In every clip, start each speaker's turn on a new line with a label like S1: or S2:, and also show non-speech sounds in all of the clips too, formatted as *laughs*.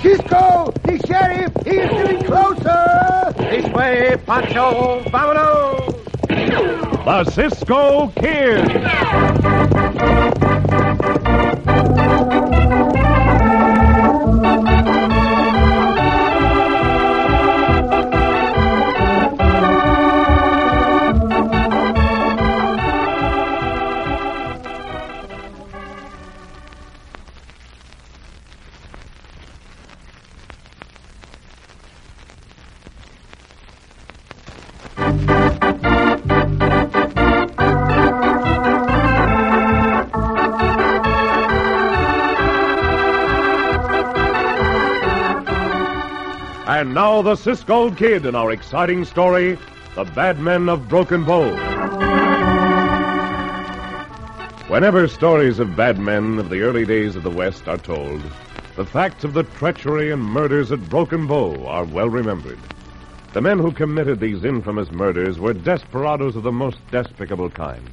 S1: Cisco, the sheriff, he is getting closer. This way, Pancho, vámonos.
S2: The Cisco Kid. And now the Cisco Kid in our exciting story, The Bad Men of Broken Bow. Whenever stories of bad men of the early days of the West are told, the facts of the treachery and murders at Broken Bow are well remembered. The men who committed these infamous murders were desperadoes of the most despicable kind.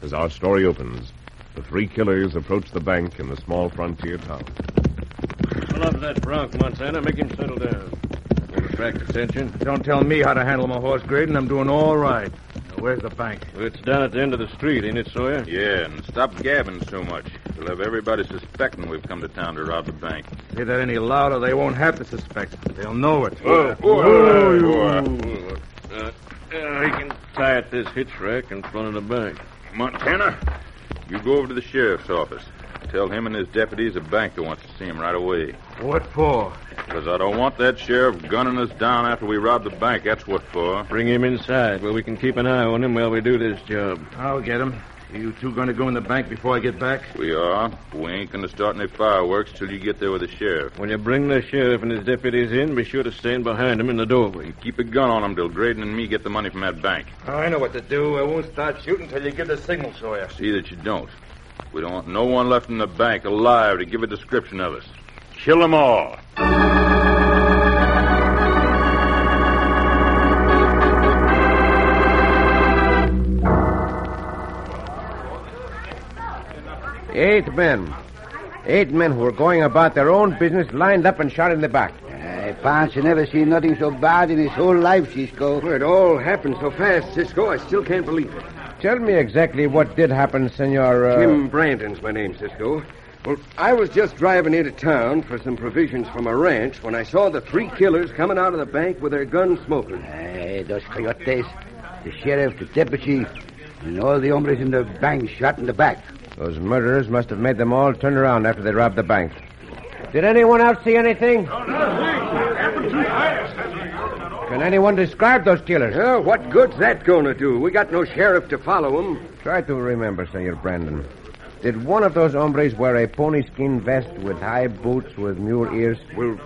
S2: As our story opens, the three killers approach the bank in the small frontier town.
S3: Pull up that bronc, Montana. Make him settle down. We'll attract attention.
S1: Don't tell me how to handle my horse, Graydon. I'm doing all right. Now, where's the bank?
S3: Well, it's down at the end of the street, ain't it, Sawyer?
S4: Yeah, and stop gabbing so much. We'll have everybody suspecting we've come to town to rob the bank.
S1: Say that any louder, they won't have to suspect. They'll know it.
S4: Oh,
S3: Ooh, Uh, uh, he can tie at this hitch rack in front of the bank.
S4: Montana, you go over to the sheriff's office. Tell him and his deputies a banker wants to see him right away.
S1: What for?
S4: Because I don't want that sheriff gunning us down after we rob the bank. That's what for.
S3: Bring him inside where we can keep an eye on him while we do this job.
S1: I'll get him. Are you two going to go in the bank before I get back?
S4: We are. We ain't going to start any fireworks till you get there with the sheriff.
S3: When you bring the sheriff and his deputies in, be sure to stand behind him in the doorway.
S4: Keep a gun on him till Graydon and me get the money from that bank.
S1: I know what to do. I won't start shooting till you give the signal, Sawyer.
S4: See that you don't. We don't want no one left in the bank alive to give a description of us. Kill 'em all.
S5: Eight men. Eight men who were going about their own business lined up and shot in the back.
S6: Uh, Pancho never seen nothing so bad in his whole life, Cisco.
S5: It all happened so fast, Cisco, I still can't believe it. Tell me exactly what did happen, Senor. Uh... Tim Brandon's my name, Cisco. Well, I was just driving into town for some provisions from a ranch when I saw the three killers coming out of the bank with their guns smoking.
S6: Uh, those coyotes, the sheriff, the deputy, and all the hombres in the bank shot in the back.
S5: Those murderers must have made them all turn around after they robbed the bank. Did anyone else see anything? Can anyone describe those killers? Yeah, what good's that going to do? We got no sheriff to follow them. Try to remember, Senor Brandon. Did one of those hombres wear a pony skin vest with high boots with mule ears? Well,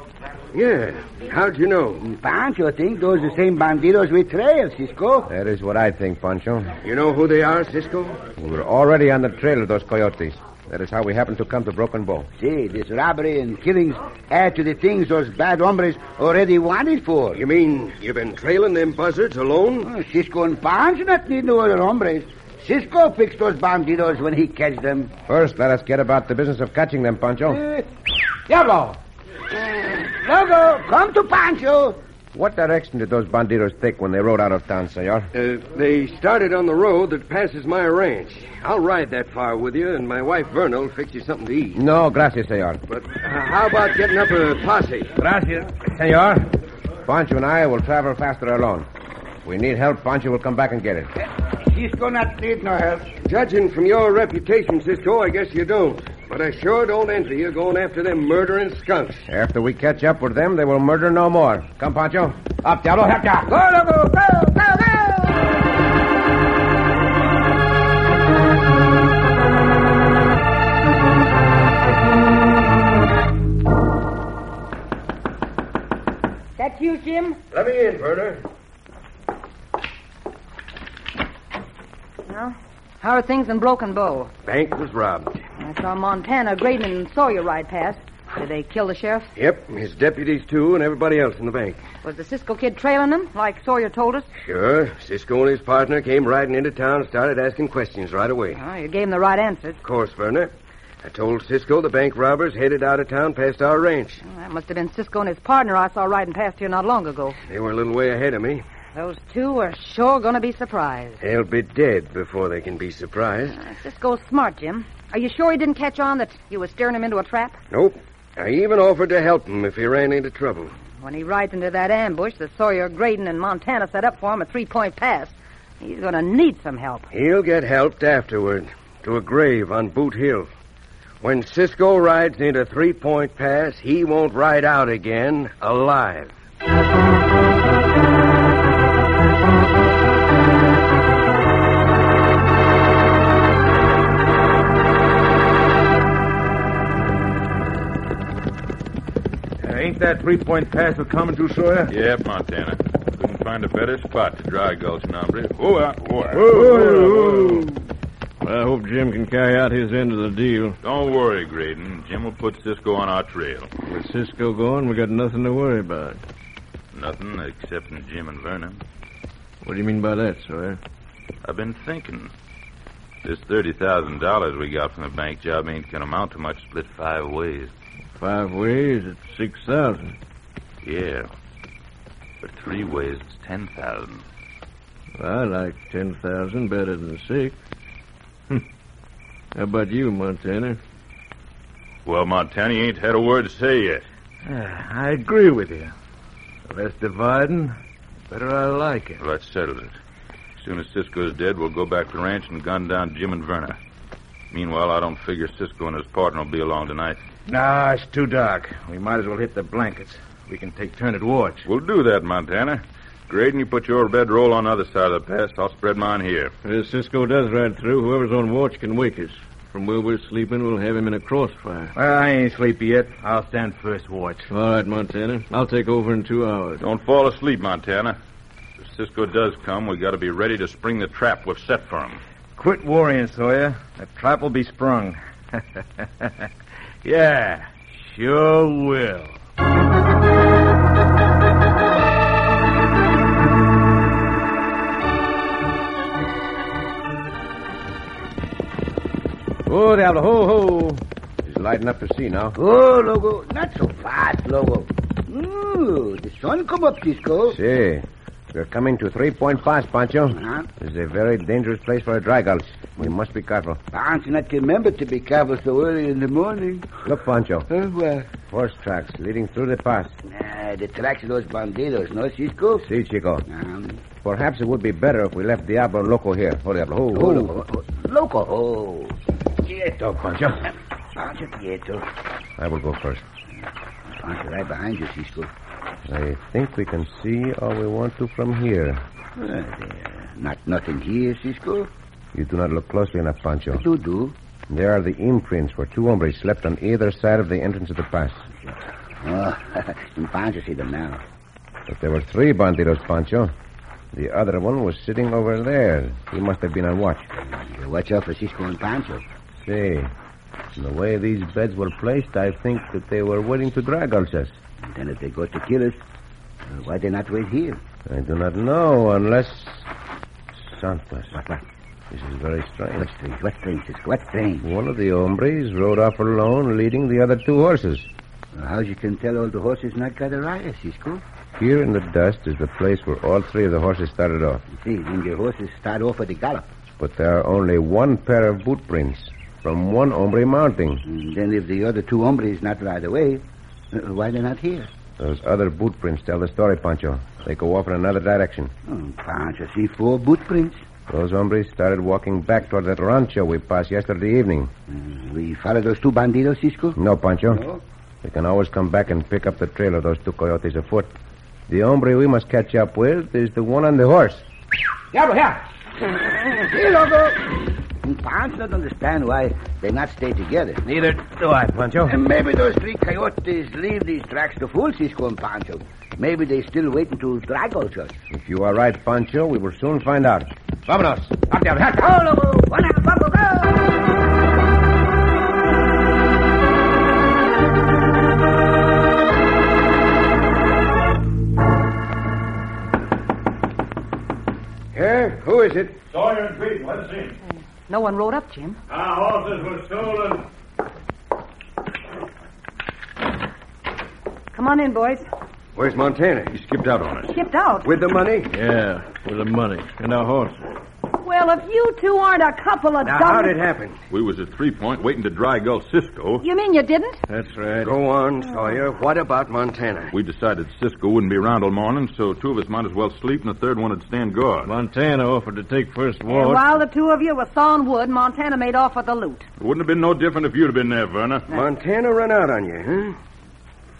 S5: yeah. How'd you know?
S6: And Pancho think those the same bandidos we trail, Cisco.
S5: That is what I think, Pancho. You know who they are, Cisco? We were already on the trail of those coyotes. That is how we happened to come to Broken Bow.
S6: See, this robbery and killings add to the things those bad hombres already wanted for.
S5: You mean you've been trailing them buzzards alone?
S6: Oh, Cisco and Pancho not need no other hombres. Cisco fix those bandidos when he catch them.
S5: First, let us get about the business of catching them, Pancho.
S6: Uh, Diablo! Eh, Logo, come to Pancho.
S5: What direction did those bandidos take when they rode out of town, senor?
S7: Uh, they started on the road that passes my ranch. I'll ride that far with you, and my wife Verna will fix you something to eat.
S5: No, gracias, senor.
S7: But uh, how about getting up a posse?
S5: Gracias, senor. Pancho and I will travel faster alone. If we need help, Pancho will come back and get it.
S6: Cisco not need no help.
S7: Judging from your reputation, Cisco, I guess you don't. But I sure don't envy you going after them murdering skunks.
S5: After we catch up with them, they will murder no more. Come, Pancho. Up, Diablo. Help ya.
S6: Go, Logo, go, go, go!
S8: That you, Jim?
S7: Let me in, Verna.
S6: Well, how are things in Broken Bow?
S7: Bank was robbed.
S6: I saw Montana, Graydon, and Sawyer ride past. Did they kill the sheriff?
S7: Yep, his deputies, too, and everybody else in the bank.
S6: Was the Cisco kid trailing them, like Sawyer told us?
S7: Sure. Cisco and his partner came riding into town and started asking questions right away.
S6: Oh, you gave him the right answers.
S7: Of course, Werner. I told Cisco the bank robbers headed out of town past our ranch.
S6: Well, that must have been Cisco and his partner I saw riding past here not long ago.
S7: They were a little way ahead of me.
S6: Those two are sure going to be surprised. Ah,
S7: They'll be dead before they can be surprised.
S6: Cisco's smart, Jim. Are you sure he didn't catch on that you were steering him into a trap?
S7: Nope. I even offered to help him if he ran into trouble.
S6: When he rides into that ambush that Sawyer, Graydon, and Montana set up for him, a three point pass, he's going to need some help.
S7: He'll get helped afterward to a grave on Boot Hill. When Cisco rides into Three Point Pass, he won't ride out again alive.
S4: ain't that three point pass we're coming to, Sawyer?
S9: Yep, Montana. Couldn't find a better spot to dry gulch an hombre. Whoa, ah, whoa. ah.
S4: Well, I hope Jim can carry out his end of the deal.
S9: Don't worry, Graydon. Jim will put Cisco on our trail.
S4: With Cisco gone, we got nothing to worry about.
S9: Nothing except Jim and Vernon.
S4: What do you mean by that, Sawyer?
S9: I've been thinking. This $30,000 we got from the bank job ain't going to amount to much split five ways.
S4: Five ways, it's six thousand.
S9: Yeah. But three ways, it's 10,000.
S4: I like ten thousand better than six. How about you, Montana?
S9: Well, Montana, you ain't had a word to say yet.
S4: Uh, I agree with you. Less dividing, better I like it.
S9: Well, that settles it. As soon as Cisco's dead, we'll go back to the ranch and gun down Jim and Verna. Meanwhile, I don't figure Cisco and his partner will be along tonight.
S4: Nah, it's too dark. We might as well hit the blankets. We can take turn at watch.
S9: We'll do that, Montana. Graydon, you put your bedroll on the other side of the pass. I'll spread mine here.
S4: If Cisco does ride through, whoever's on watch can wake us. From where we're sleeping, we'll have him in a crossfire.
S10: Well, I ain't sleepy yet. I'll stand first watch.
S4: All right, Montana. I'll take over in two hours.
S9: Don't fall asleep, Montana. If Cisco does come, we got to be ready to spring the trap we've set for him.
S10: Quit worrying, Sawyer. The trap will be sprung. *laughs* yeah, sure will.
S5: Oh, there, ho, ho. He's lighting up the sea now.
S11: Oh, Logo, not so fast, Logo. Ooh, the sun come up, Cisco.
S5: See, we're coming to Three Point Pass, Pancho.
S11: Huh?
S5: This is a very dangerous place for a dry gulch. We must be careful.
S11: Bounce not remember to be careful so early in the morning.
S5: Look, Pancho.
S11: Oh, well.
S5: Horse tracks leading through the pass.
S11: Ah, the tracks of those bandidos, no, Cisco?
S5: See, Chico.
S11: Um,
S5: Perhaps it would be better if we left Diablo and Loco here. Oh, Diablo. Ho, ho,
S11: oh, oh, oh, Loco, oh. Quieto,
S5: Pancho.
S11: Pancho, quieto.
S5: I will go first.
S11: Pancho, right behind you, Cisco.
S5: I think we can see all we want to from here.
S11: Well, there. Not nothing here, Cisco.
S5: You do not look closely enough, Pancho.
S11: Do do.
S5: There are the imprints where two hombres slept on either side of the entrance of the pass.
S11: Oh, *laughs* and Pancho see them now.
S5: But there were three bandidos, Pancho. The other one was sitting over there. He must have been on watch.
S11: You Watch out for Cisco and Pancho.
S5: See, from the way these beds were placed, I think that they were waiting to drag us.
S11: And then if they go to kill us, uh, why they not wait here?
S5: I do not know unless. Santos.
S11: What, what?
S5: This is very strange.
S11: What strange, what strange, Cisco, what strange?
S5: One of the hombres rode off alone, leading the other two horses.
S11: Uh, How you can tell all the horses not got a rider, Cisco?
S5: Here in the dust is the place where all three of the horses started off.
S11: You see, when the horses start off at the gallop,
S5: But there are only one pair of boot prints from one hombre mounting.
S11: and then if the other two hombres not ride away, uh, why they not here?
S5: Those other boot prints tell the story, Pancho. They go off in another direction.
S11: Oh, Pancho see four boot prints.
S5: Those hombres started walking back toward that rancho we passed yesterday evening.
S11: Uh, we follow those two bandidos, Cisco?
S5: No, Pancho.
S11: No?
S5: We can always come back and pick up the trail of those two coyotes afoot. The hombre we must catch up with is the one on the horse.
S11: Diablo, here! Here, Loco! Pancho don't understand why they not stay together.
S5: Neither do I, Pancho.
S11: And maybe those three coyotes leave these tracks to fool Cisco and Pancho. Maybe they still waiting to drag us.
S5: If you are right, Pancho, we will soon find out. Vamonos!
S11: Up there, hat.
S1: One out, Buckle, go!
S5: Here? Who is it?
S12: Sawyer and Creed, let us in.
S6: No one rode up, Jim.
S12: Our horses were stolen.
S6: Come on in, boys.
S7: Where's Montana? He skipped out on us.
S6: Skipped out.
S7: With the money?
S4: Yeah, with the money and our horses.
S6: Well, if you two aren't a couple of dumb...
S7: happen?
S9: We was at Three Point waiting to dry gulch Cisco.
S6: You mean you didn't?
S7: That's right. Go on, Sawyer. What about Montana?
S9: We decided Cisco wouldn't be around all morning, so two of us might as well sleep, and the third one would stand guard.
S4: Montana offered to take first
S6: And while the two of you were sawing wood, Montana made off with the loot.
S9: It wouldn't have been no different if you'd have been there, Verna.
S7: Montana run out on you, huh?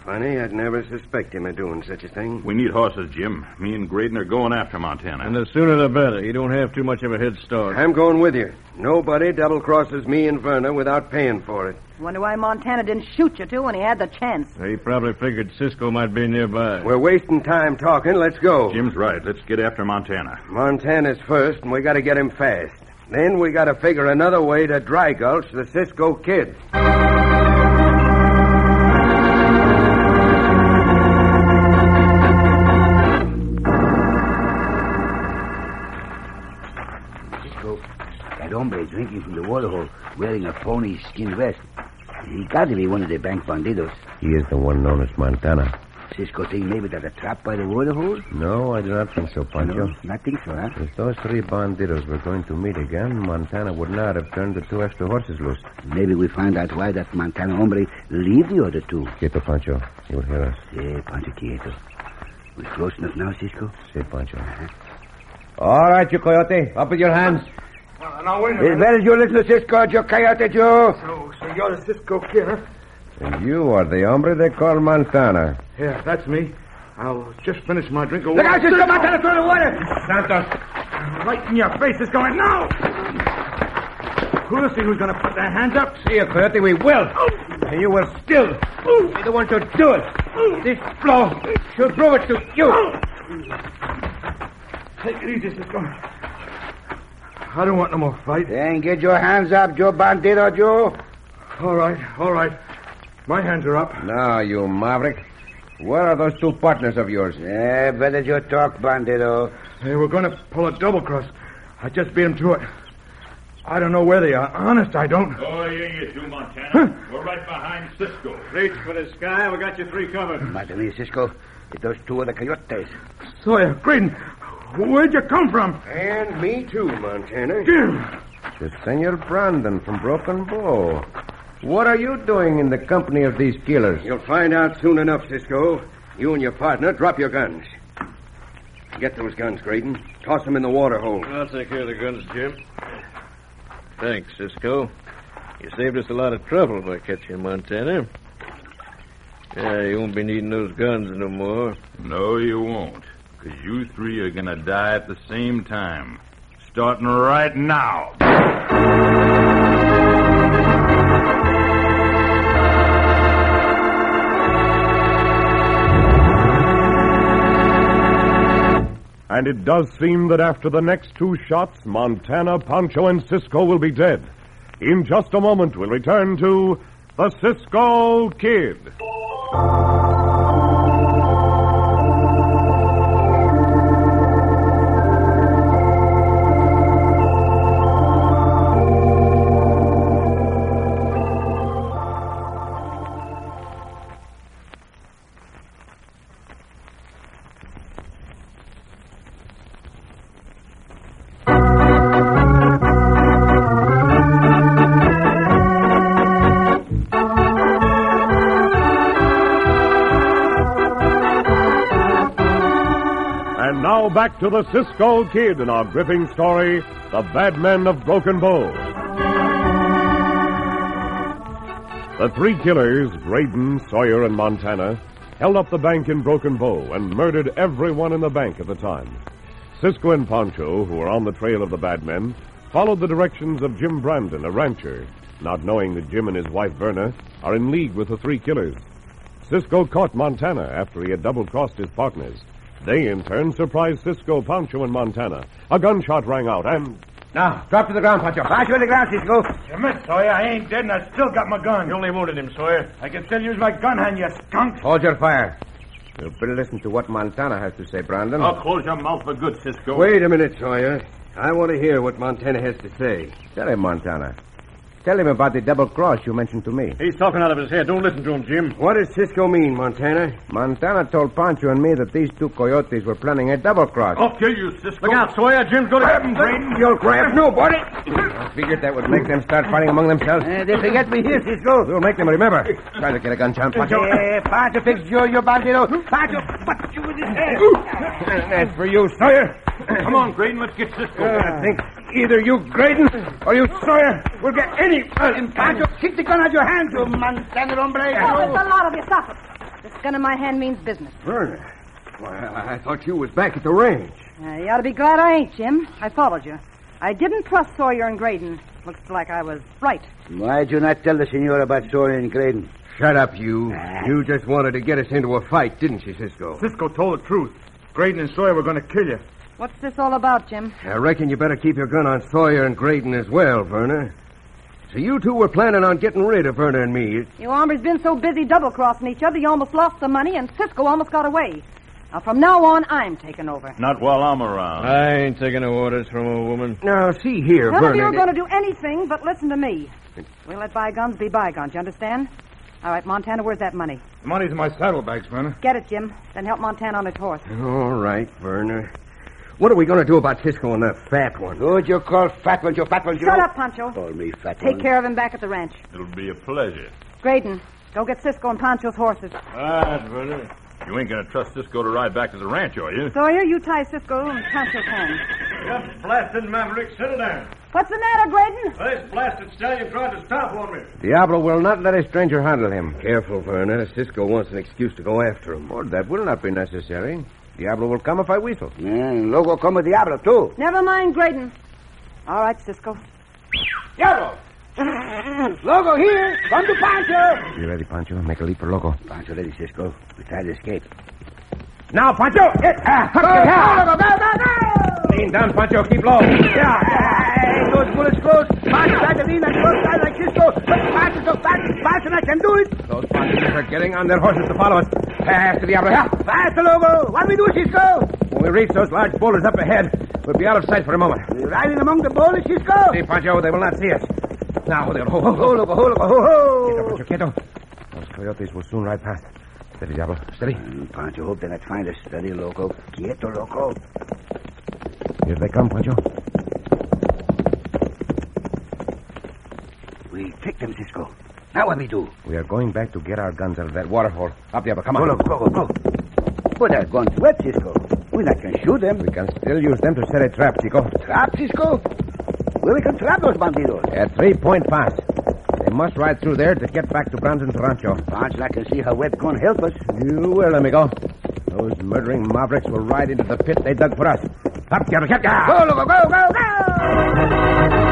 S7: Funny, I'd never suspect him of doing such a thing.
S9: We need horses, Jim. Me and Graydon are going after Montana.
S4: And the sooner the better. You don't have too much of a head start.
S7: I'm going with you. Nobody double crosses me and Verna without paying for it.
S6: Wonder why Montana didn't shoot you two when he had the chance.
S4: They probably figured Cisco might be nearby.
S7: We're wasting time talking. Let's go.
S9: Jim's right. Let's get after Montana.
S7: Montana's first, and we gotta get him fast. Then we gotta figure another way to dry gulch the Cisco kid.
S11: Cisco, that hombre drinking from the water hole, wearing a pony skin vest. He got to be one of the bank bandidos.
S5: He is the one known as Montana.
S11: Cisco think maybe there's a trap by the water hole?
S5: No, I do not think so, Pancho.
S11: No, not think so, huh?
S5: If those three bandidos were going to meet again, Montana would not have turned the two extra horses loose.
S11: Maybe we find out why that Montana hombre leave the other two.
S5: Quieto, Pancho. He will hear us.
S11: Say, Pancho Quieto. We close enough now, Cisco?
S5: Say, Pancho.
S12: Uh-huh.
S5: All right, you coyote. Up with your hands.
S12: Now, wait a
S5: Hey,
S12: minute.
S5: where is your little Cisco, you coyote, you?
S12: So, so you're the Cisco kid, huh?
S5: And you are the hombre they call Montana.
S12: Yeah, that's me. I'll just finish my drink of
S1: Look out, Cisco Montana,
S12: through the water!
S5: Santos!
S12: Right in your face, Cisco, and now! Who'll see who's gonna put their hands up?
S1: See you, Coyote, we will. And you will still be the one to do it. This blow should prove it to you.
S12: Take it easy, Cisco. I don't want no more fight.
S11: Then get your hands up, Joe Bandito, Joe.
S12: All right, all right. My hands are up.
S5: Now, you maverick. Where are those two partners of yours?
S11: Yeah, Eh, better you talk, Bandito.
S12: They were gonna pull a double cross. I just beat 'em to it. I don't know where they are. Honest, I don't.
S9: Oh, yeah, you do, Montana. We're right behind Cisco.
S3: Reach for the sky. We got you three covered.
S11: Matter me, Cisco. Get those two of the coyotes.
S12: Sawyer, Graydon, where'd you come from?
S7: And me too, Montana.
S12: Jim!
S5: It's Senor Brandon from Broken Bow. What are you doing in the company of these killers?
S7: You'll find out soon enough, Cisco. You and your partner drop your guns. Get those guns, Graydon. Toss them in the water hole.
S4: I'll take care of the guns, Jim. Thanks, Cisco. You saved us a lot of trouble by catching Montana. Yeah, you won't be needing those guns no more.
S9: No, you won't. Because you three are going to die at the same time. Starting right now.
S2: And it does seem that after the next two shots, Montana, Pancho, and Cisco will be dead. In just a moment, we'll return to the Cisco Kid. And now back to the Cisco Kid in our gripping story, The Bad Men of Broken Bow. The three killers, Graydon, Sawyer, and Montana, held up the bank in Broken Bow and murdered everyone in the bank at the time. Cisco and Pancho, who were on the trail of the bad men, followed the directions of Jim Brandon, a rancher, not knowing that Jim and his wife Verna are in league with the three killers. Cisco caught Montana after he had double crossed his partners. They, in turn, surprised Cisco, Pancho, and Montana. A gunshot rang out, and
S12: Now, drop to the ground, Pancho.
S11: Pancho,
S12: to
S11: the ground, Cisco.
S12: You missed, Sawyer. I ain't dead, and I still got my gun. You only wounded him, Sawyer. I can still use my gun hand, you skunk.
S5: Hold your fire. You better listen to what Montana has to say, Brandon.
S13: I'll close your mouth for good, Cisco.
S7: Wait a minute, Sawyer. I want to hear what Montana has to say.
S5: Tell him, Montana. Tell him about the double cross you mentioned to me.
S7: He's talking out of his head. Don't listen to him, Jim. What does Cisco mean, Montana?
S5: Montana told Pancho and me that these two coyotes were planning a double cross.
S13: I'll kill you, Cisco.
S5: Look out,
S13: Sawyer. Jim's going
S5: Grab him, Braden. You'll grab him.
S13: No, buddy.
S5: I figured that would make them start fighting among themselves.
S11: Eh, they forget me here, Cisco.
S5: We'll make them remember. Try to get a gun, John Pancho.
S11: Eh, Pancho, fix you, you bandito. Pancho, but you with his head.
S5: That's for you, Sawyer.
S13: Come on, Graydon. Let's get Cisco.
S5: I think either you, Graydon, or you, Sawyer, will get any.
S11: And Pancho, kick the gun out of your hands, you Montana hombre.
S6: Oh, it's a lot of you. Stop it. This gun in my hand means business.
S7: Verna. Well, I thought you was back at the range.
S6: Uh, you ought to be glad I ain't, Jim. I followed you. I didn't trust Sawyer and Graydon. Looks like I was right.
S11: Why'd you not tell the senor about Sawyer and Graydon?
S7: Shut up, you.
S5: Ah.
S7: You just wanted to get us into a fight, didn't you, Cisco?
S12: Cisco told the truth. Graydon and Sawyer were going to kill you.
S6: What's this all about, Jim?
S7: I reckon you better keep your gun on Sawyer and Graydon as well, Verna. So you two were planning on getting rid of Verna and me.
S6: You hombres been so busy double crossing each other, you almost lost the money, and Cisco almost got away. Now, from now on, I'm taking over.
S9: Not while I'm around.
S12: Uh,
S4: I ain't taking no orders from a woman.
S7: Now, see here,
S6: None of you
S7: Verna.
S6: are going to do anything but listen to me. We'll let bygones be bygones, you understand? All right, Montana, where's that money?
S12: The money's in my saddlebags, Verna.
S6: Get it, Jim. Then help Montana on his horse.
S7: All right, Verna. What are we going to do about Cisco and that fat one?
S11: Who'd you call fat one, you fat one, you?
S6: Shut up, Pancho.
S11: Call me fat
S6: Take
S11: one.
S6: care of him back at the ranch.
S9: Oh, It'll be a pleasure.
S6: Graydon, go get Cisco and Pancho's horses.
S9: Ah, brother. You ain't going to trust Cisco to ride back to the ranch, are you?
S6: Sawyer, you tie Cisco and Pancho's hands.
S4: Just blasted maverick. Settle down.
S6: What's the matter, Graydon?
S4: This blasted stallion tried to stop on me.
S5: Diablo will not let a stranger handle him.
S7: Careful, Verna. Cisco wants an excuse to go after him.
S11: Oh,
S5: Or that will not be necessary. Diablo will come if I whistle.
S11: And luego como Oh, diablo, too.
S6: Never mind, Graydon. All right, Cisco.
S11: Diablo! Logo here! Come to Pancho!
S5: Be ready, Pancho. Make a leap for Loco.
S11: Pancho, ready, Cisco. We try to escape.
S5: Now, Pancho!
S11: Eh,
S5: Get, ah, huck your cow. Lean down, Pancho. Keep low.
S11: Hey, those bullets close. Pancho, try to lean and close down like Cisco. But Pancho, so fast, fast, and I can do it.
S5: Those Panchos are getting on their horses to follow us. Fast, Diablo. Help!
S11: Fast, Logo. What we do, Cisco?
S5: When we reach those large boulders up ahead, we'll be out of sight for a moment.
S11: We riding among the boulders, Cisco?
S5: See, Pancho, they will not see us. Now, they'll... Ho, ho, ho,
S11: Logo, ho, Logo, ho, ho.
S5: Pancho, quieto. Those coyotes will soon ride past. Steady, Diablo. Steady.
S11: Mm, Pancho, hope they not find us. Steady, Loco. Quieto, Loco.
S5: Here they come, Pancho.
S11: We tricked them, Cisco. Now what we do?
S5: We are going back to get our guns out of that waterhole. Up, Diablo. Come
S11: go,
S5: on.
S11: Loco, go, go, go. But our guns wet, Cisco. We're not going to shoot them.
S5: We can still use them to set a trap, Chico.
S11: Trap, Cisco? Where we can trap those bandidos?
S5: A three-point pass. They must ride through there to get back to Brandon's rancho.
S11: Pancho, I can see how wet gun help us.
S5: You will, amigo. Those murdering mavericks will ride into the pit they dug for us. Up, Diablo. Get, ah!
S11: Go, Loco, go, go, go!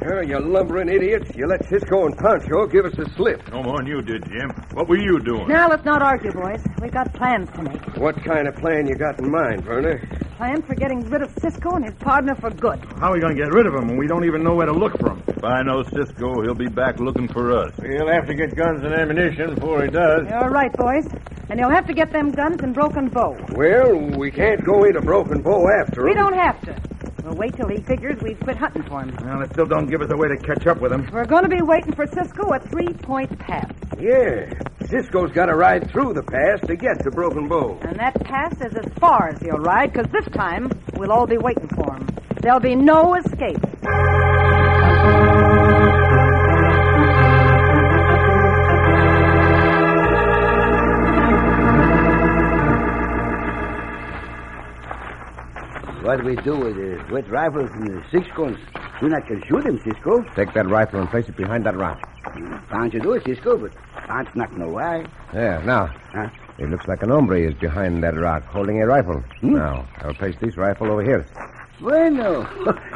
S7: Here, you lumbering idiots. You let Cisco and Pancho give us a slip.
S9: No more than you did, Jim. What were you doing?
S6: Now, let's not argue, boys. We've got plans to make.
S7: What kind of plan you got in mind, Verna?
S6: Plans for getting rid of Cisco and his partner for good.
S12: How are we going to get rid of him when we don't even know where to look for him?
S9: If I know Cisco, he'll be back looking for us.
S4: He'll have to get guns and ammunition before he does.
S6: You're right, boys. And you'll have to get them guns and broken bow.
S7: Well, we can't go into Broken Bow after
S6: We
S7: him.
S6: don't have to. We'll wait till he figures we've quit hunting for him.
S12: Well, it still don't give us a way to catch up with him.
S6: We're going to be waiting for Cisco at Three Point Pass.
S7: Yeah. Cisco's got to ride through the pass to get to Broken Bow.
S6: And that pass is as far as he'll ride, because this time we'll all be waiting for him. There'll be no escape.
S11: What we do with the wet rifles and the six guns? We not can shoot them, Cisco.
S5: Take that rifle and place it behind that rock.
S11: Pancho do it, Cisco, but Pancho not know why.
S5: There, now.
S11: Huh?
S5: It looks like an hombre is behind that rock holding a rifle.
S7: Hmm?
S5: Now, I'll place this rifle over here.
S11: *laughs* Bueno.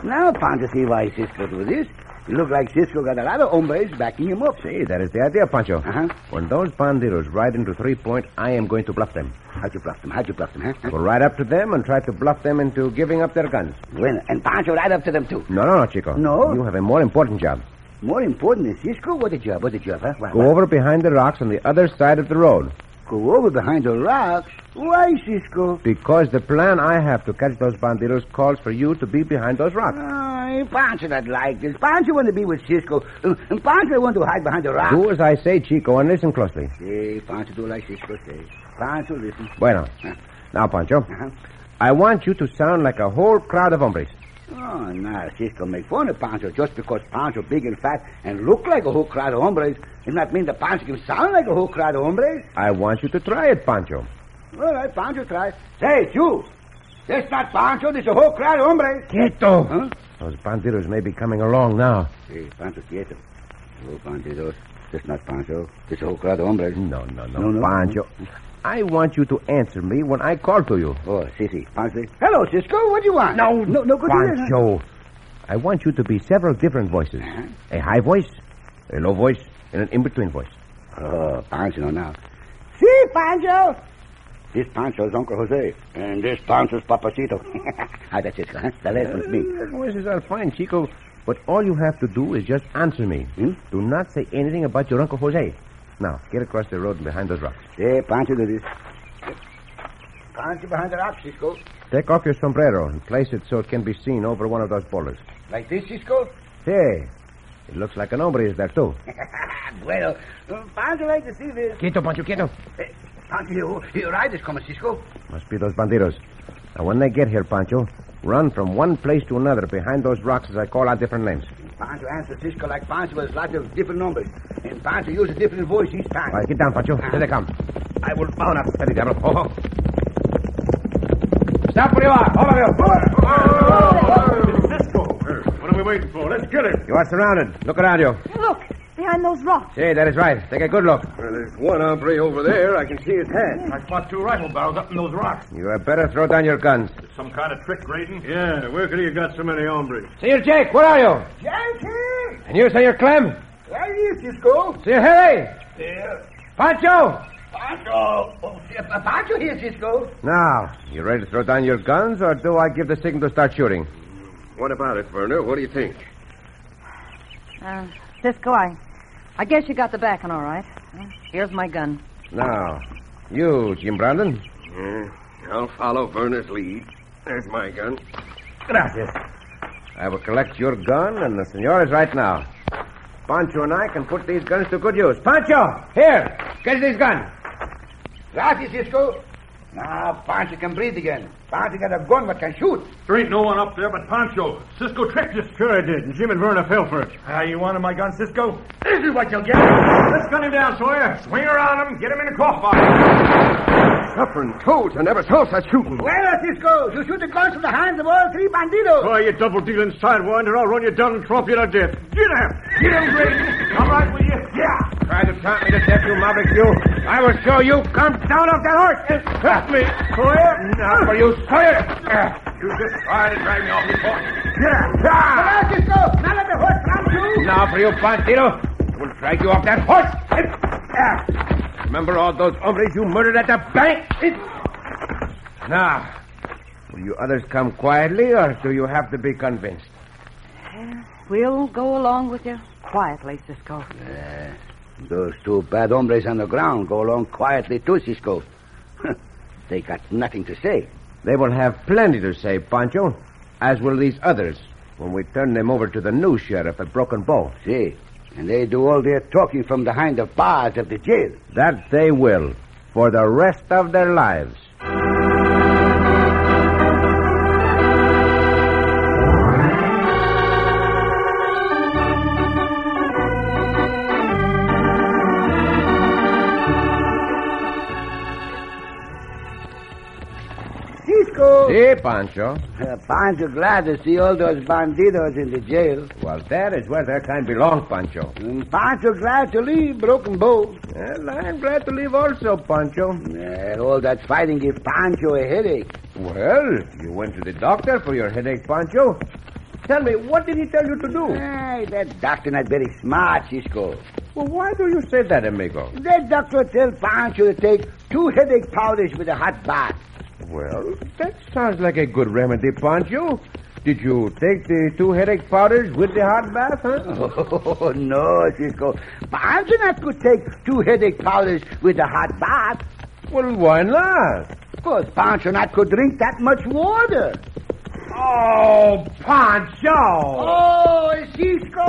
S11: now Pancho see why Cisco do this. You look like Cisco got a lot of hombres backing him up.
S5: See, that is the idea, Pancho.
S11: Uh-huh.
S5: When those bandidos ride into Three Point, I am going to bluff them.
S11: How'd you bluff them? How'd you bluff them, huh?
S5: I will ride up to them and try to bluff them into giving up their guns.
S11: Well, and Pancho right up to them, too.
S5: No, no, no, Chico.
S11: No?
S5: You have a more important job.
S11: More important than Cisco? What a job, what a job, huh? What,
S5: Go over behind the rocks on the other side of the road.
S11: Go over behind the rocks? Why, Cisco?
S5: Because the plan I have to catch those bandidos calls for you to be behind those rocks.
S11: Ay, Pancho not like this. Pancho want to be with Cisco. Uh, And Pancho want to hide behind the rocks.
S5: Do as I say, Chico, and listen closely.
S11: Say, Pancho do like Cisco say. Pancho, listen.
S5: Bueno. Now, Pancho,
S11: Uh-huh.
S5: I want you to sound like a whole crowd of hombres.
S11: Oh, now, Cisco make fun of Pancho just because Pancho big and fat and look like a whole crowd of hombres. It not mean that Pancho can sound like a whole crowd of hombres.
S5: I want you to try it, Pancho.
S11: All right, Pancho try. Say, you. That's not Pancho. This a whole crowd of hombres.
S5: Quieto!
S11: Huh?
S5: Those bandidos may be coming along now.
S11: Hey, Pancho, quieto. Oh, bandidos. That's not Pancho. This a whole crowd of hombres.
S5: No, no, no,
S11: No, no.
S5: Pancho. I want you to answer me when I call to you.
S11: Oh, Sissy. Pancho. Hello, Cisco. What do you want? No. No, no, go to that, huh?
S5: Pancho, I want you to be several different voices.
S11: Uh-huh.
S5: A high voice, a low voice, and an in-between voice.
S11: Oh, Pancho now. See, Pancho. This Pancho's Uncle Jose, and this Pancho's Papacito. *laughs* Hi, that's Cisco, huh? The last one's me.
S5: The voices are fine, Chico, but all you have to do is just answer me. hmm? Do not say anything about your Uncle Jose. Now, get across the road and behind those rocks.
S11: Say, Pancho, do this. Pancho behind the rock, Cisco.
S5: Take off your sombrero and place it so it can be seen over one of those boulders.
S11: Like this, Cisco? *laughs*
S5: Hey, it looks like an hombre is there, too.
S11: bueno, mm, Pancho like to see this. *laughs*
S5: Quieto, Pancho, quieto.
S11: Eh, Pancho, you, you ride this, come, Cisco.
S5: Must be those bandidos. Now, when they get here, Pancho, run from one place to another behind those rocks as I call out different names.
S11: Pancho answers Cisco like Pancho has lots of different numbers. And Pancho uses a different voice each time.
S5: All right, get down, Pancho. Here they come. I will mount up. Steady, devil. Ho, ho.
S12: Stop where you are, all of you.
S13: What are we waiting for? Let's get him.
S5: You are surrounded. Look around you.
S6: Look, behind those rocks.
S5: See, that is right. Take a good look.
S7: There's one hombre over there. I can see his hand.
S13: I spot two rifle barrels up in those rocks.
S5: You had better throw down your guns.
S13: Some kind of trick, Graydon?
S4: Yeah, where could he have got so many hombres?
S5: Senor Jake, where are you?
S14: Yankee!
S5: And you, Senor Clem?
S14: Where is Cisco?
S5: Senor Harry?
S14: Here.
S5: Pancho?
S14: Pancho! Oh, Pancho here, Cisco.
S5: Now, you ready to throw down your guns, or do I give the signal to start shooting?
S7: What about it, Werner? What do you think?
S6: Uh, Cisco, I, I guess you got the backing all right. Uh, Here's my gun.
S5: Now, you, Jim Brandon.
S7: Yeah, I'll follow Werner's lead. There's my gun.
S5: Gracias. I will collect your gun and the senora's right now. Pancho and I can put these guns to good use. Pancho, here, get this gun.
S11: Gracias, Cisco. Now, Pancho can breathe again. Pancho got a gun but can shoot.
S13: There ain't no one up there but Pancho. Cisco tricked us.
S4: Sure I did, and Jim and Verna fell for it.
S12: Ah, you wanted my gun, Cisco? This is what you'll get. Let's gun him down, Sawyer. Swing around him. Get him in the crossfire.
S7: Suffering toads. I never saw such shooting.
S11: Well, Cisco, you shoot the guns from the hands of all three bandidos.
S4: Why, you double-dealing sidewinder, I'll run you down and tromp you to death. Get him!
S12: Get him, Grayson. Come right with you. Yeah.
S5: Try to taunt me to death, you maverick, you. I will show you. Come down off that horse. and Help me, Sawyer. Now for you, Sawyer. You just try to drag me off this horse. Yeah. Ah.
S14: Come on, Cisco. Now let the horse run you.
S5: Now for you, Pantino. I will drag you off that horse. Ah. Remember all those hombres you murdered at the bank? Now, will you others come quietly, or do you have to be convinced?
S6: We'll go along with you quietly, Cisco.
S11: Those two bad hombres on the ground go along quietly too, Cisco. *laughs* they got nothing to say.
S5: They will have plenty to say, Pancho, as will these others, when we turn them over to the new sheriff at Broken Bow.
S11: See? And they do all their talking from behind the bars of the jail.
S5: That they will, for the rest of their lives.
S11: Cisco!
S5: See, Pancho.
S11: Uh, Pancho glad to see all those bandidos in the jail.
S5: Well, that is where their kind belong, Pancho.
S11: And Pancho glad to leave Broken Bow.
S5: Well, I'm glad to leave also, Pancho.
S11: And Uh, all that fighting give Pancho a headache.
S5: Well, you went to the doctor for your headache, Pancho.
S11: Tell me, what did he tell you to do?
S5: Oh.
S11: Hey, that doctor not very smart, Cisco. Well, why do you say that, amigo? That doctor tell Pancho to take two headache powders with a hot bath. *laughs*
S5: Well,
S11: That's
S5: sounds like a good remedy, Pancho. Did you take the two headache powders with the hot bath, huh?
S11: Oh, no, Cisco. Pancho not could take two headache powders with a hot bath. Well, why not? Because Pancho not could drink that much water.
S12: Oh, Pancho!
S14: Oh, Cisco!